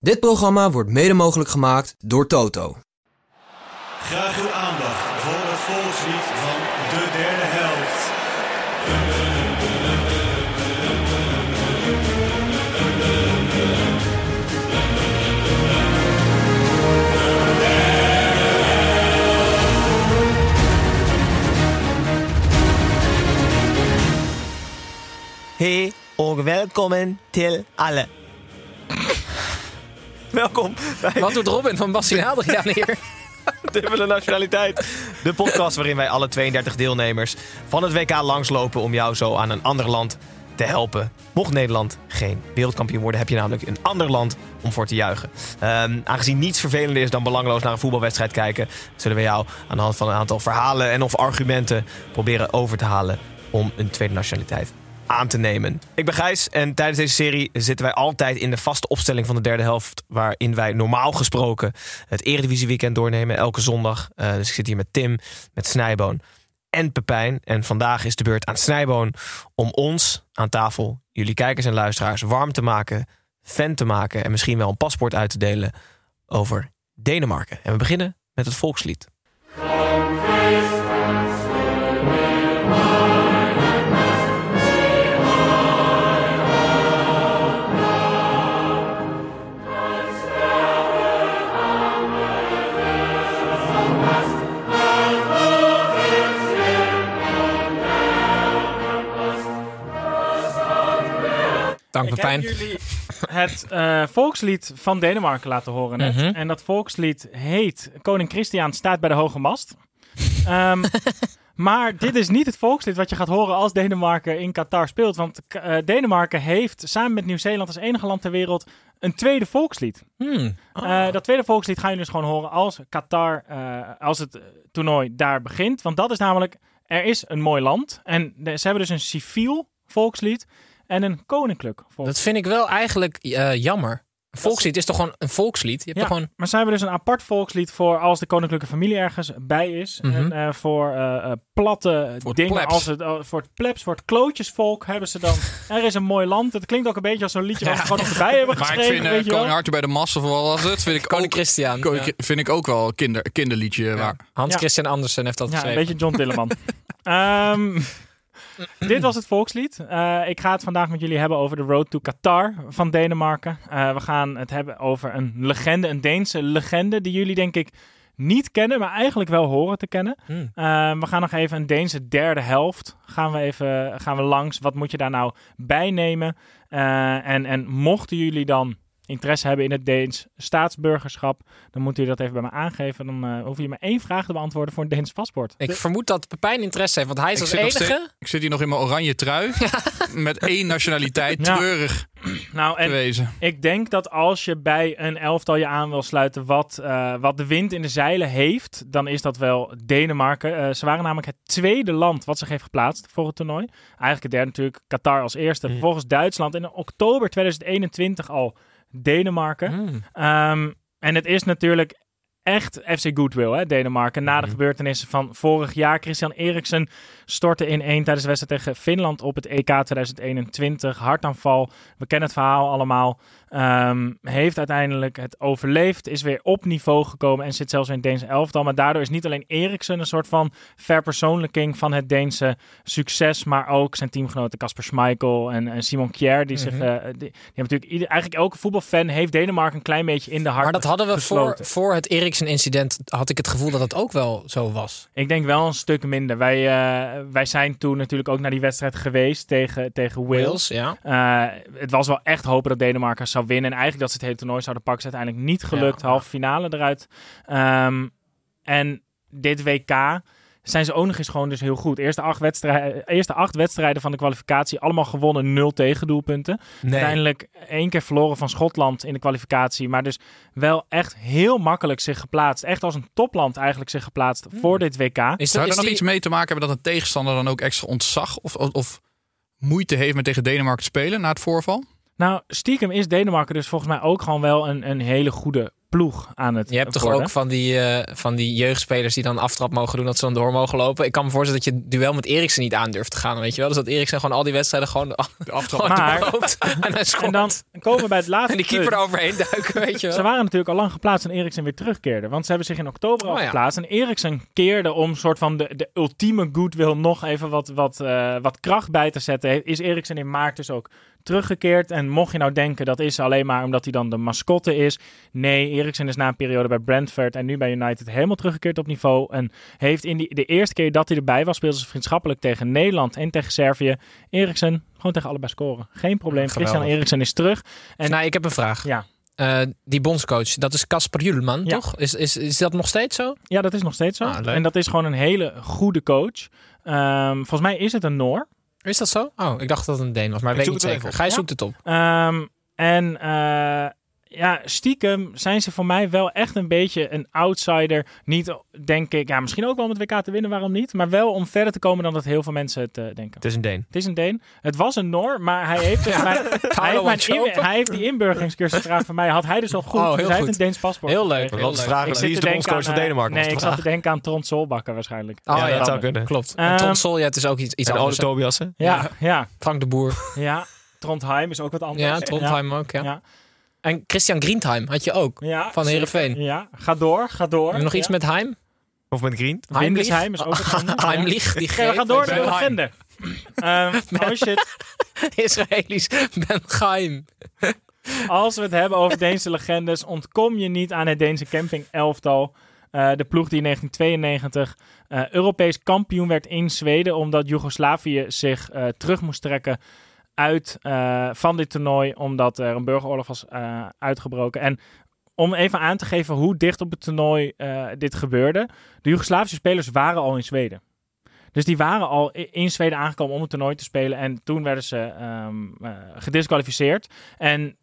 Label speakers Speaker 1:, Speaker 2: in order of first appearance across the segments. Speaker 1: Dit programma wordt mede mogelijk gemaakt door Toto.
Speaker 2: Graag uw aandacht voor het volkslied van de derde helft.
Speaker 3: Hey en welkom til alle. welkom bij
Speaker 4: Wat doet Robin van Bassinade gedaan hier?
Speaker 3: Dubbele Nationaliteit. De podcast waarin wij alle 32 deelnemers van het WK langslopen om jou zo aan een ander land te helpen. Mocht Nederland geen wereldkampioen worden, heb je namelijk een ander land om voor te juichen. Ehm, aangezien niets vervelender is dan belangloos naar een voetbalwedstrijd kijken, zullen we jou aan de hand van een aantal verhalen en of argumenten proberen over te halen om een tweede nationaliteit aan te nemen. Ik ben Gijs en tijdens deze serie zitten wij altijd in de vaste opstelling van de derde helft, waarin wij normaal gesproken het Eredivisieweekend doornemen elke zondag. Eh, dus ik zit hier met Tim, met Snijboon en Pepijn. En vandaag is de beurt aan Snijboon om ons aan tafel, jullie kijkers en luisteraars, warm te maken, fan te maken en misschien wel een paspoort uit te delen over Denemarken. En we beginnen met het volkslied.
Speaker 4: Dank
Speaker 5: Ik heb
Speaker 4: Pepijn.
Speaker 5: jullie het eh, volkslied van Denemarken laten horen net.
Speaker 4: Mhm.
Speaker 5: En dat volkslied heet Koning Christian staat bij de hoge mast. Ehm, maar dit is niet het volkslied wat je gaat horen als Denemarken in Qatar speelt. Want eh, Denemarken heeft samen met Nieuw-Zeeland als enige land ter wereld een tweede volkslied.
Speaker 4: Hmm.
Speaker 5: Eh, dat tweede volkslied gaan jullie dus gewoon horen als Qatar, eh, als het eh, toernooi daar begint. Want dat is namelijk, er is een mooi land. En de- ze hebben dus een civiel volkslied en een koninklijk volkslied.
Speaker 4: Dat vind ik wel eigenlijk eh, jammer. Een volkslied is toch gewoon een volkslied? Je hebt
Speaker 5: Ja,
Speaker 4: toch gewoon...
Speaker 5: maar ze hebben dus een apart volkslied voor als de koninklijke familie ergens bij is.
Speaker 4: Mhm.
Speaker 5: En eh, voor eh, eh, platte
Speaker 4: Voor het
Speaker 5: dingen
Speaker 4: plebs.
Speaker 5: als het eh, voor het plebs, voor het klootjesvolk hebben ze dan. er is een mooi land. Het klinkt ook een beetje als zo'n liedje wat ze gewoon erbij hebben
Speaker 6: Maar
Speaker 5: geschreven.
Speaker 6: ik vind eh,
Speaker 5: weet je wel.
Speaker 6: Koning Arthur bij de Massa of wat was het? Vind ik
Speaker 4: Koning
Speaker 6: ook,
Speaker 4: Christian.
Speaker 6: Koning-
Speaker 4: Ja.
Speaker 6: Vind ik ook wel een kinder, kinderliedje. Waar,
Speaker 4: Hans
Speaker 5: Ja.
Speaker 4: Christian Andersen heeft dat
Speaker 5: Ja, een
Speaker 4: geschreven.
Speaker 5: beetje John Tilleman. Ehm, dit was het volkslied. Eh, ik ga het vandaag met jullie hebben over de Road to Qatar van Denemarken. Eh, we gaan het hebben over een legende, een Deense legende, die jullie denk ik niet kennen, maar eigenlijk wel horen te kennen.
Speaker 4: Hmm.
Speaker 5: Ehm, we gaan nog even een Deense derde helft. Gaan we even gaan we langs. Wat moet je daar nou bij nemen? Eh, en, en mochten jullie dan interesse hebben in het Deens staatsburgerschap, dan moet u dat even bij me aangeven. Dan eh hoef je maar één vraag te beantwoorden voor een Deens paspoort.
Speaker 4: Ik vermoed dat Pepijn interesse heeft, want hij is
Speaker 6: ik,
Speaker 4: als
Speaker 6: zit nog
Speaker 4: enige...
Speaker 6: steeds- ik zit hier nog in mijn oranje trui. Met één nationaliteit
Speaker 5: Ja.
Speaker 6: treurig
Speaker 5: Nou,
Speaker 6: te
Speaker 5: en
Speaker 6: wezen.
Speaker 5: ik denk dat als je bij een elftal je aan wil sluiten wat, eh, wat de wind in de zeilen heeft, dan is dat wel Denemarken. Eh, ze waren namelijk het tweede land wat zich heeft geplaatst voor het toernooi. Eigenlijk het derde natuurlijk, Qatar als eerste. Vervolgens Duitsland en in oktober 2021 al Denemarken.
Speaker 4: Hmm.
Speaker 5: Ehm, en het is natuurlijk echt FC Goodwill, hè, Denemarken. Na de gebeurtenissen van vorig jaar. Christian Eriksen stortte in één tijdens de wedstrijd tegen Finland op het EK 2021. Hartaanval. We kennen het verhaal allemaal. Ehm, heeft uiteindelijk het overleefd. Is weer op niveau gekomen en zit zelfs in het Deense elftal. Maar daardoor is niet alleen Eriksen een soort van verpersoonlijking van het Deense succes. Maar ook zijn teamgenoten Kasper Schmeichel en, en Simon Kjær. Die, zich, eh, die, die hebben natuurlijk ieder, eigenlijk elke voetbalfan heeft Denemarken een klein beetje in de hart.
Speaker 4: Maar dat hadden we voor,
Speaker 5: gesloten.
Speaker 4: voor het Eriksen-incident, had ik het gevoel dat dat ook wel zo was.
Speaker 5: Ik denk wel een stuk minder. Wij, eh, wij zijn toen natuurlijk ook naar die wedstrijd geweest tegen, tegen Wales.
Speaker 4: ja.
Speaker 5: Eh, het was wel echt hopen dat Denemarken zou winnen. En eigenlijk dat ze het hele toernooi zouden pakken. Is uiteindelijk niet gelukt.
Speaker 4: Ja.
Speaker 5: Halve finale eruit. Ehm, en dit WK zijn ze ook nog eens gewoon dus heel goed. Eerste acht, wedstrijden, eerste acht wedstrijden van de kwalificatie allemaal gewonnen, nul tegendoelpunten.
Speaker 3: Nee.
Speaker 5: Uiteindelijk één keer verloren van Schotland in de kwalificatie. Maar dus wel echt heel makkelijk zich geplaatst. Echt als een topland eigenlijk zich geplaatst voor dit WK.
Speaker 4: Hmm. Is dat,
Speaker 6: Zou er
Speaker 4: is
Speaker 6: nog
Speaker 4: die-
Speaker 6: iets mee te maken hebben dat een tegenstander dan ook extra ontzag of, of, of moeite heeft met tegen Denemarken te spelen na het voorval?
Speaker 5: Nou, stiekem is Denemarken dus volgens mij ook gewoon wel een, een hele goede ploeg aan het
Speaker 4: Je hebt toch
Speaker 5: worden.
Speaker 4: ook van die, eh, van die jeugdspelers die dan aftrap mogen doen, dat ze dan door mogen lopen. Ik kan me voorstellen dat je het duel met Eriksen niet aandurft te gaan, weet je wel. Dus dat Eriksen gewoon al die wedstrijden gewoon,
Speaker 6: De aftrap.
Speaker 4: gewoon
Speaker 5: Maar-
Speaker 4: doorloopt en hij scoort.
Speaker 5: En dan komen we bij het laatste
Speaker 4: En die keeper
Speaker 5: punt.
Speaker 4: eroverheen duiken, weet je wel.
Speaker 5: Ze waren natuurlijk al lang geplaatst en Eriksen weer terugkeerde. Want ze hebben zich in oktober al
Speaker 4: Oh ja.
Speaker 5: geplaatst. En Eriksen keerde om soort van de, de ultieme goodwill nog even wat, wat, eh, wat kracht bij te zetten. Is Eriksen in maart dus ook teruggekeerd. En mocht je nou denken dat is alleen maar omdat hij dan de mascotte is. Nee, Eriksen is na een periode bij Brentford en nu bij United helemaal teruggekeerd op niveau. En heeft in die, de eerste keer dat hij erbij was, speelde ze vriendschappelijk tegen Nederland en tegen Servië. Eriksen, gewoon tegen allebei scoren. Geen probleem.
Speaker 4: Geweldig.
Speaker 5: Christian Eriksen is terug. En-
Speaker 4: Nou, ik heb een vraag.
Speaker 5: Ja.
Speaker 4: Eh, die bondscoach, dat is Kasper Julman,
Speaker 5: Ja.
Speaker 4: toch? Is, is, is dat nog steeds zo?
Speaker 5: Ja, dat is nog steeds zo.
Speaker 4: Ah, leuk.
Speaker 5: en dat is gewoon een hele goede coach. Ehm, volgens mij is het een Noor.
Speaker 4: Is dat zo? Oh, ik dacht dat het een Deen was, maar ik,
Speaker 3: Ik
Speaker 4: weet niet
Speaker 3: zoek het even
Speaker 4: zeker.
Speaker 3: op.
Speaker 4: Gij
Speaker 5: Ja.
Speaker 4: zoekt het op.
Speaker 5: Ehm, en eh, ja, stiekem zijn ze voor mij wel echt een beetje een outsider. Niet, denk ik, ja, misschien ook wel om het WK te winnen, waarom niet? Maar wel om verder te komen dan dat heel veel mensen het eh, denken.
Speaker 3: Het is een Deen.
Speaker 5: Het is een Deen. Het was een Noor, maar hij heeft, dus mijn, hij heeft, mijn in-
Speaker 4: Wanchope.
Speaker 5: hij heeft die inburgeringscursusvraag van mij. Had hij dus al goed.
Speaker 4: Oh, heel
Speaker 5: dus hij heeft
Speaker 4: goed.
Speaker 5: een Deens paspoort.
Speaker 4: Heel leuk.
Speaker 5: gekregen.
Speaker 3: Wat is de vraag?
Speaker 5: Ik zit
Speaker 3: Wie is
Speaker 5: te
Speaker 3: de
Speaker 5: denken
Speaker 3: bondscoach van
Speaker 5: aan, eh,
Speaker 3: Denemarken?
Speaker 5: Nee,
Speaker 3: was
Speaker 5: ik
Speaker 3: de
Speaker 5: zat
Speaker 3: vraag.
Speaker 5: te denken aan Trond Solbakker waarschijnlijk.
Speaker 4: Oh,
Speaker 3: ja,
Speaker 4: ja,
Speaker 3: dat
Speaker 4: dan-
Speaker 3: zou kunnen.
Speaker 4: Klopt.
Speaker 5: Ehm,
Speaker 4: en Ton Solja, het is dus ook iets, iets
Speaker 3: En Ole
Speaker 4: anders.
Speaker 3: Tobiasen.
Speaker 5: Ja, ja.
Speaker 4: Frank de Boer.
Speaker 5: Ja, Trondheim is ook wat anders.
Speaker 4: Ja, Trondheim ook, ja.
Speaker 5: Ja.
Speaker 4: En Christian Griendheim had je ook,
Speaker 5: Ja,
Speaker 4: van Heerenveen.
Speaker 5: Ja, ja. ga door, ga door.
Speaker 4: Hebben we nog
Speaker 5: ja.
Speaker 4: iets met Heim?
Speaker 3: Of met Green.
Speaker 4: Heimlich? Oh,
Speaker 5: Windesheim is ook wat anders. ja.
Speaker 4: Heimlich, die
Speaker 5: Oké, we
Speaker 4: greep,
Speaker 5: gaan door
Speaker 4: weet
Speaker 5: naar
Speaker 4: je
Speaker 5: de
Speaker 4: wel.
Speaker 5: legende. Ehm, oh shit,
Speaker 4: Israëli's Ben Geim.
Speaker 5: als we het hebben over Deense legendes, ontkom je niet aan het Deense camping-elftal. Eh, de ploeg die in 1992 eh, Europees kampioen werd in Zweden, omdat Joegoslavië zich eh, terug moest trekken uit eh, van dit toernooi, omdat er een burgeroorlog was eh, uitgebroken. En om even aan te geven hoe dicht op het toernooi eh, dit gebeurde. De Joegoslavische spelers waren al in Zweden. Dus die waren al i- in Zweden aangekomen om het toernooi te spelen. En toen werden ze ehm, eh, gedisqualificeerd. En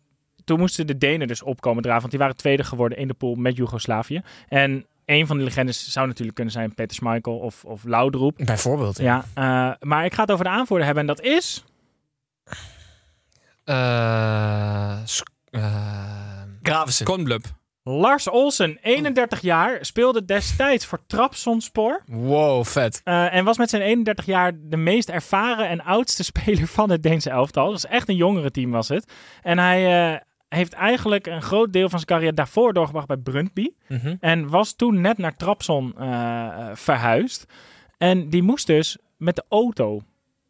Speaker 5: toen moesten de Denen dus opkomen draven. Want die waren tweede geworden in de pool met Joegoslavië. En een van de legendes zou natuurlijk kunnen zijn Peter Schmeichel of, of Laudrup.
Speaker 4: Bijvoorbeeld,
Speaker 5: Ja, eh, maar ik ga het over de aanvoerder hebben. En dat is...
Speaker 4: Eh, sk- eh,
Speaker 3: Gravesen.
Speaker 6: Kornblub.
Speaker 5: Ehm, Lars Olsen, 31 jaar, speelde destijds voor Trabzonspor.
Speaker 4: wow, vet.
Speaker 5: Eh, en was met zijn 31 jaar de meest ervaren en oudste speler van het Deense elftal. Dus echt een jongere team was het. En hij eh, heeft eigenlijk een groot deel van zijn carrière daarvoor doorgebracht bij Brøndby.
Speaker 4: Mhm.
Speaker 5: En was toen net naar Trabzon eh, verhuisd. En die moest dus met de auto.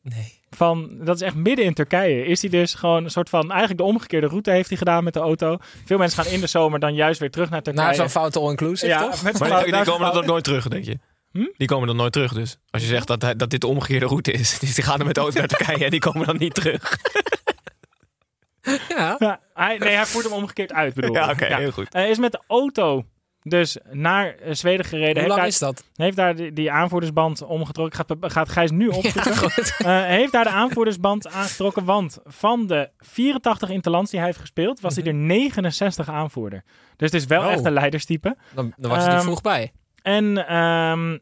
Speaker 4: Nee.
Speaker 5: Van, dat is echt midden in Turkije. Is hij dus gewoon een soort van. Eigenlijk de omgekeerde route heeft hij gedaan met de auto. Veel mensen gaan in de zomer dan juist weer terug naar Turkije.
Speaker 4: Nou, zo'n foute all-inclusive,
Speaker 5: ja,
Speaker 4: toch?
Speaker 5: met zo'n
Speaker 3: Maar die, die
Speaker 5: auto-
Speaker 3: komen dat ook nooit terug, denk je?
Speaker 5: Hm?
Speaker 3: Die komen dan nooit terug, dus. Als je zegt dat, hij- dat dit de omgekeerde route is. Dus die gaan er met de auto naar Turkije en die komen dan niet terug.
Speaker 4: Ja.
Speaker 5: Ja, hij, nee, hij voert hem omgekeerd uit, bedoel ik.
Speaker 3: Ja, oké, heel goed.
Speaker 5: Hij is met de auto dus naar eh, Zweden gereden.
Speaker 4: Hoe
Speaker 5: heeft,
Speaker 4: lang
Speaker 5: daar,
Speaker 4: is dat?
Speaker 5: heeft daar die, die aanvoerdersband omgetrokken. Gaat, gaat Gijs nu opzoeken. Eh, heeft daar de aanvoerdersband aangetrokken. Want van de 84 interlands die hij heeft gespeeld, was hij er 69 aanvoerder. Dus het is wel
Speaker 4: Oh.
Speaker 5: echt een leiderstype.
Speaker 4: Dan, dan was je er
Speaker 5: Ehm,
Speaker 4: vroeg bij.
Speaker 5: En ehm,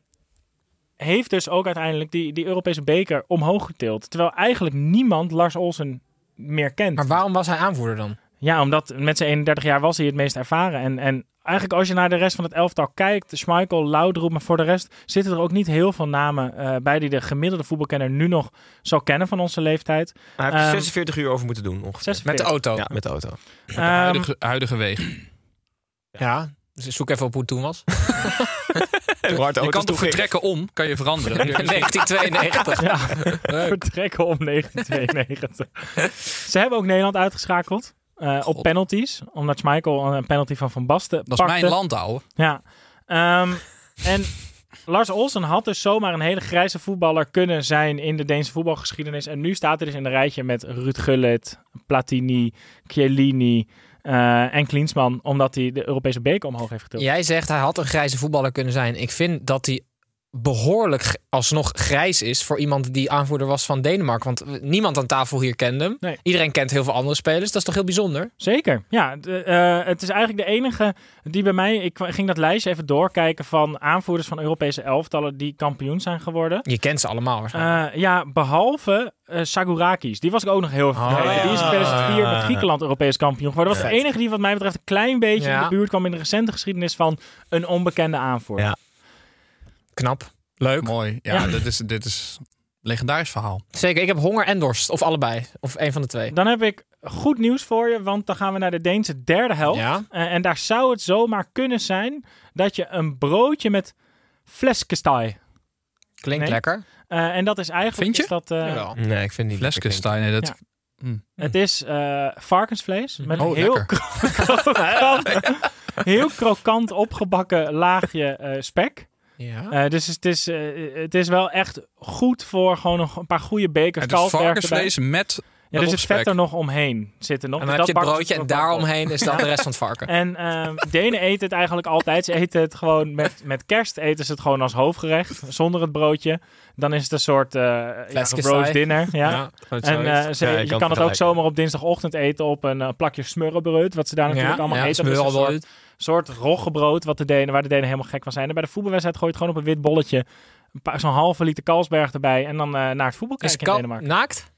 Speaker 5: heeft dus ook uiteindelijk die, die Europese beker omhoog getild. Terwijl eigenlijk niemand Lars Olsen meer kent.
Speaker 4: Maar waarom was hij aanvoerder dan?
Speaker 5: Ja, omdat met zijn 31 jaar was hij het meest ervaren. En, en eigenlijk als je naar de rest van het elftal kijkt, Schmeichel, Laudrup, maar voor de rest zitten er ook niet heel veel namen eh, bij die de gemiddelde voetbalkenner nu nog zou kennen van onze leeftijd.
Speaker 3: Hij
Speaker 5: Ehm,
Speaker 3: heeft 46 uur over moeten doen, ongeveer.
Speaker 5: 46.
Speaker 4: Met de auto.
Speaker 3: Ja, met de auto.
Speaker 6: De
Speaker 5: Ehm,
Speaker 6: huidige, huidige wegen.
Speaker 5: Oh,
Speaker 4: Ja. Dus zoek even op hoe het toen was.
Speaker 3: En hoe hard de auto
Speaker 6: Je kan
Speaker 3: is
Speaker 6: toch
Speaker 3: toegegaan.
Speaker 6: vertrekken om, kan je veranderen.
Speaker 4: 1992.
Speaker 5: ja,
Speaker 4: Leuk.
Speaker 5: Ehm, vertrekken om 1992. Ze hebben ook Nederland uitgeschakeld. eh, op
Speaker 6: God.
Speaker 5: penalties, omdat Schmeichel een penalty van Van Basten
Speaker 6: Dat is
Speaker 5: pakte.
Speaker 6: mijn land, ouwe.
Speaker 5: Ja. Ehm, en Lars Olsen had dus zomaar een hele grijze voetballer kunnen zijn in de Deense voetbalgeschiedenis. En nu staat hij dus in een rijtje met Ruud Gullit, Platini, Chiellini eh, en Klinsman. Omdat hij de Europese beker omhoog heeft getild.
Speaker 4: Jij zegt hij had een grijze voetballer kunnen zijn. Ik vind dat hij behoorlijk g- alsnog grijs is voor iemand die aanvoerder was van Denemarken. Want eh, niemand aan tafel hier kende hem.
Speaker 5: Nee.
Speaker 4: Iedereen kent heel veel andere spelers. Dat is toch heel bijzonder?
Speaker 5: Zeker. Ja, de, eh, het is eigenlijk de enige die bij mij. Ik kwa- ging dat lijstje even doorkijken van aanvoerders van Europese elftallen die kampioen zijn geworden.
Speaker 4: Je kent ze allemaal waarschijnlijk.
Speaker 5: Eh, ja, behalve eh Sagurakis. Die was ik ook nog heel even
Speaker 4: Oh,
Speaker 5: vergeten.
Speaker 4: ja.
Speaker 5: Die is in 2004
Speaker 3: Ja.
Speaker 5: met Griekenland Europees kampioen geworden. Dat was de enige die wat mij betreft een klein beetje
Speaker 4: Ja.
Speaker 5: in de buurt kwam in de recente geschiedenis van een onbekende aanvoerder.
Speaker 3: Ja.
Speaker 4: Knap. Leuk.
Speaker 6: Mooi. Ja,
Speaker 5: Ja.
Speaker 6: Dit, is, dit is een legendarisch verhaal.
Speaker 4: Zeker. Ik heb honger en dorst. Of allebei. Of een van de twee.
Speaker 5: Dan heb ik goed nieuws voor je, want dan gaan we naar de Deense derde helft.
Speaker 4: Ja.
Speaker 5: Eh, en daar zou het zomaar kunnen zijn dat je een broodje met fleskestaai
Speaker 4: Klinkt
Speaker 5: Nee.
Speaker 4: lekker.
Speaker 5: Eh, en dat is eigenlijk.
Speaker 6: Vind je?
Speaker 5: Is dat, eh,
Speaker 4: Jawel.
Speaker 3: Nee, ik vind het niet.
Speaker 6: Flesken
Speaker 3: lekker
Speaker 6: Stein, nee, dat
Speaker 5: Ja. Het is eh, varkensvlees met
Speaker 6: Oh,
Speaker 5: een heel,
Speaker 6: lekker.
Speaker 5: krokant, heel krokant opgebakken laagje eh, spek.
Speaker 4: Ja.
Speaker 5: Eh, dus het is, eh, het is wel echt goed voor gewoon nog een paar goede bekers
Speaker 4: dus
Speaker 6: Het is
Speaker 5: kalfwerk erbij.
Speaker 6: varkensvlees met...
Speaker 5: Ja, dus het
Speaker 6: spek.
Speaker 5: vet er nog omheen zit er nog.
Speaker 4: En
Speaker 5: Dus
Speaker 4: dan heb
Speaker 5: dat
Speaker 4: je het
Speaker 5: bakken
Speaker 4: broodje
Speaker 5: ze
Speaker 4: en
Speaker 5: er ook wel op.
Speaker 4: daaromheen is dan de rest van het varken.
Speaker 5: En ehm, Denen eten het eigenlijk altijd. Ze eten het gewoon met, met kerst. Eten ze het gewoon als hoofdgerecht. Zonder het broodje. Dan is het een soort eh ja,
Speaker 4: Fleskestaai.
Speaker 5: roast dinner. Ja.
Speaker 4: goed
Speaker 5: En
Speaker 4: zoiets.
Speaker 5: eh, ze-
Speaker 3: Ja, je kan
Speaker 5: je kan,
Speaker 3: het
Speaker 5: het ook
Speaker 3: vergelijken.
Speaker 5: zomaar op dinsdagochtend eten op een eh, plakje smurrebrood. Wat ze daar natuurlijk allemaal eten. Dat is dus, eh, een soort,
Speaker 4: smulbrood.
Speaker 5: soort roggebrood wat de Denen, waar de Denen helemaal gek van zijn. En bij de voetbalwedstrijd gooi je het gewoon op een wit bolletje. een paar- Zo'n halve liter Kalsberg erbij. En dan eh, naar het voetbal
Speaker 4: Is
Speaker 5: kijken in
Speaker 4: kal
Speaker 5: Denemarken.
Speaker 4: naakt?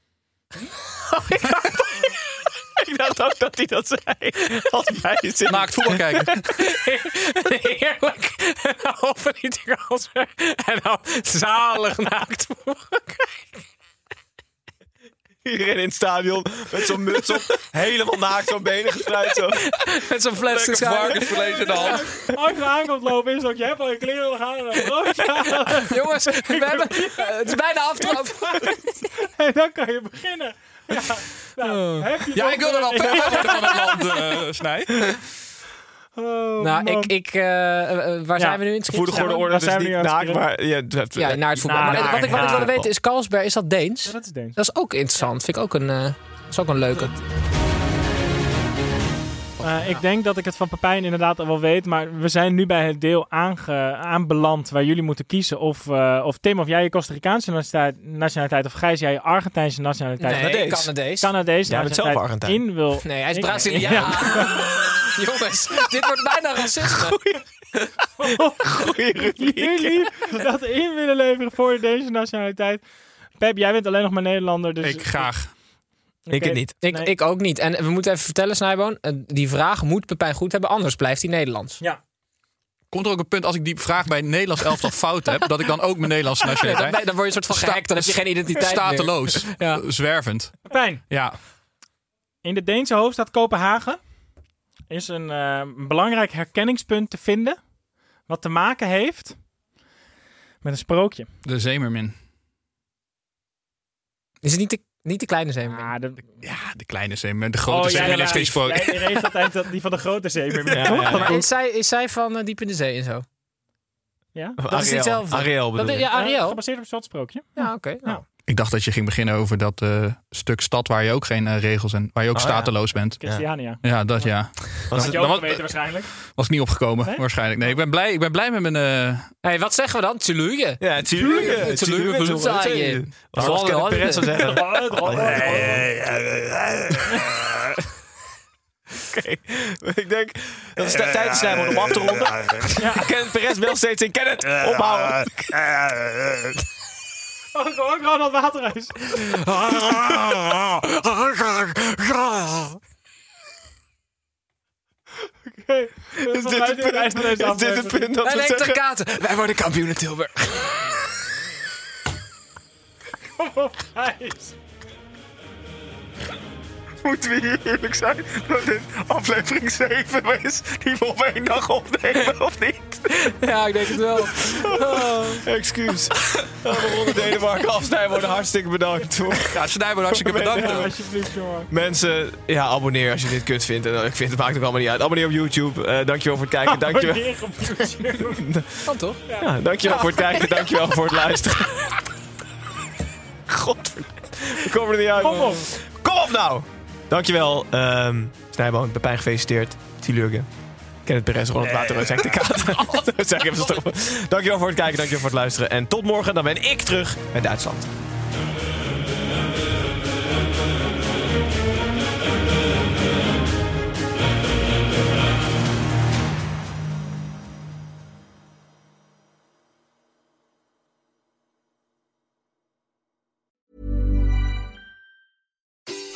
Speaker 3: Ik dacht ook dat hij dat zei. Als bij je zin.
Speaker 6: Naakt voetbal kijken.
Speaker 4: Heerlijk. Of niet de kans. En dan zalig naakt voetbal kijken.
Speaker 3: Iedereen in het stadion met zo'n muts op. Helemaal naakt, zo'n benen gesluit. Zo.
Speaker 4: Met zo'n fles te schuiven.
Speaker 6: varkensvlees in de hand.
Speaker 5: Als je aankomt lopen is dat je hebt al Oh, je kleren gaan en een broodje halen.
Speaker 4: Jongens, we hebben, eh, het is bijna aftrap.
Speaker 5: En dan kan je beginnen. Ja, nou, heb je
Speaker 6: Ja,
Speaker 5: nog,
Speaker 6: ik wil er wel
Speaker 5: eh,
Speaker 6: twee worden van het land, eh, Snij.
Speaker 5: oh,
Speaker 4: Nou,
Speaker 5: man.
Speaker 4: ik, ik, eh, eh, eh, waar
Speaker 5: Ja.
Speaker 4: zijn we nu in het
Speaker 3: Voor de
Speaker 4: schip?
Speaker 3: goede
Speaker 5: Daar
Speaker 3: orde, dus
Speaker 5: zijn we
Speaker 3: niet
Speaker 5: nu aan het
Speaker 3: naakt,
Speaker 5: spelen.
Speaker 3: maar... Ja, d-
Speaker 4: Ja, Eh, naar het voetbal.
Speaker 5: Naar-
Speaker 4: maar wat ik, wat ik
Speaker 5: naar
Speaker 4: wilde
Speaker 5: het
Speaker 4: weten is, Carlsberg, is dat Deens?
Speaker 5: Dat is Deens.
Speaker 4: Dat is ook interessant. Vind ik ook een, eh, dat is ook een leuke.
Speaker 5: Eh, Ik denk dat ik het van Pepijn inderdaad al wel weet. Maar we zijn nu bij het deel aange- aanbeland waar jullie moeten kiezen. Of, eh, of Tim, of jij je Costa Ricaanse nationaliteit, nationaliteit of Gijs, jij je Argentijnse nationaliteit.
Speaker 4: Nee,
Speaker 3: Canadees.
Speaker 4: Canadees.
Speaker 5: Canadese
Speaker 3: Jij bent zelf
Speaker 5: nationaliteit
Speaker 3: Argentijn.
Speaker 5: in wil.
Speaker 4: Nee, hij is
Speaker 5: Ik-
Speaker 4: Braziliaan. Jongens, dit wordt bijna racisme.
Speaker 5: jullie dat in willen leveren voor deze nationaliteit. Pep, jij bent alleen nog maar Nederlander. Dus
Speaker 6: Ik graag.
Speaker 5: Oké.
Speaker 3: Ik het niet.
Speaker 4: Ik,
Speaker 5: Nee.
Speaker 4: ik ook niet. En we moeten even vertellen, Snijboon. eh, Die vraag moet Pepijn goed hebben, anders blijft hij Nederlands.
Speaker 5: Ja.
Speaker 6: Komt er ook een punt als ik die vraag bij het Nederlands elftal fout heb, dat ik dan ook mijn Nederlandse
Speaker 4: Dan,
Speaker 6: nationaliteit...
Speaker 4: ben- dan word je een soort van
Speaker 6: Sta-
Speaker 4: gehackt, dan heb je geen identiteit meer.
Speaker 6: Stateloos.
Speaker 4: Ja.
Speaker 6: Eh, Zwervend.
Speaker 5: Pepijn,
Speaker 6: Ja.
Speaker 5: in de Deense hoofdstad Kopenhagen is een eh, belangrijk herkenningspunt te vinden. Wat te maken heeft met een sprookje.
Speaker 6: De Zemermin.
Speaker 4: Is het niet de, niet de kleine zeemermin?
Speaker 5: Ah, de,
Speaker 6: Ja, de kleine Zemermin. De grote
Speaker 5: Oh, ja,
Speaker 6: Zemermin
Speaker 5: ja,
Speaker 6: is
Speaker 5: ja.
Speaker 6: geen sprookje.
Speaker 5: Jij reed altijd dat- die van de grote zeemermin.
Speaker 3: Ja, ja,
Speaker 4: Maar is zij, is zij van eh, diep in de zee en zo?
Speaker 5: Ja? Eh,
Speaker 4: Dat is hetzelfde.
Speaker 3: Ariel
Speaker 4: Dat,
Speaker 3: bedoel
Speaker 4: is-
Speaker 3: je?
Speaker 4: ja, Ariel.
Speaker 5: Gebaseerd op een slotsprookje.
Speaker 4: Ja, oké. nou.
Speaker 6: Ik dacht dat je ging beginnen over dat eh, stuk stad waar je ook geen eh, regels en waar je ook
Speaker 3: Oh, ja.
Speaker 6: stateloos bent.
Speaker 5: Christiania.
Speaker 6: Ja, dat ja.
Speaker 3: Was
Speaker 5: Had
Speaker 3: het-
Speaker 5: je ook
Speaker 6: Dan-
Speaker 5: geweten waarschijnlijk.
Speaker 6: Was ik niet opgekomen,
Speaker 5: Nee?
Speaker 6: waarschijnlijk. Nee, ik ben blij, ik ben blij met mijn... eh,
Speaker 4: Hey, wat zeggen we dan? Tsuluje.
Speaker 3: Ja, tuurlijk.
Speaker 4: Tuurlijk, tuurlijk. Tuurlijk.
Speaker 3: Zoals Kenneth
Speaker 4: Tuurlijk.
Speaker 3: Perez zou zeggen.
Speaker 5: Oh,
Speaker 3: Oké, ik denk dat het tijd is Simon, om af te ronden. Kenneth Perez wel steeds in Kenneth. Ophouden.
Speaker 5: Ook gewoon dat water is. Oké.
Speaker 3: Is dit het punt? Is dit het punt dat we
Speaker 4: En
Speaker 3: zeggen?
Speaker 4: Katen. Wij worden kampioenen Tilburg.
Speaker 3: Moeten we hier eerlijk zijn dat dit aflevering 7 is die we op één dag opnemen, of niet?
Speaker 4: Ja, ik denk het wel.
Speaker 3: Excuus. Nou, We ronden Denemarken af. Snijboon, hartstikke bedankt.
Speaker 6: Ja, Snijboon, hartstikke bedankt.
Speaker 5: Ja, alsjeblieft, jongen.
Speaker 3: Mensen, ja, abonneer als je dit kut vindt. En eh, ik vind het maakt ook allemaal niet uit. Abonneer op YouTube. Eh, dankjewel voor het kijken. Dankjewel,
Speaker 5: Weer op YouTube.
Speaker 4: Kan toch?
Speaker 3: ja, dankjewel voor het kijken. Dankjewel voor het luisteren. Godverdomme. We komen er niet uit.
Speaker 5: Kom op.
Speaker 3: Kom op nou. Dankjewel. Ehm Snijboon, Pepijn gefeliciteerd. Tilurgen. Kenneth Perez gewoon het water uit zijn kater. Zo zeg ik even stop. Dankjewel voor het kijken, dankjewel voor het luisteren. En tot morgen, dan ben ik terug met Duitsland.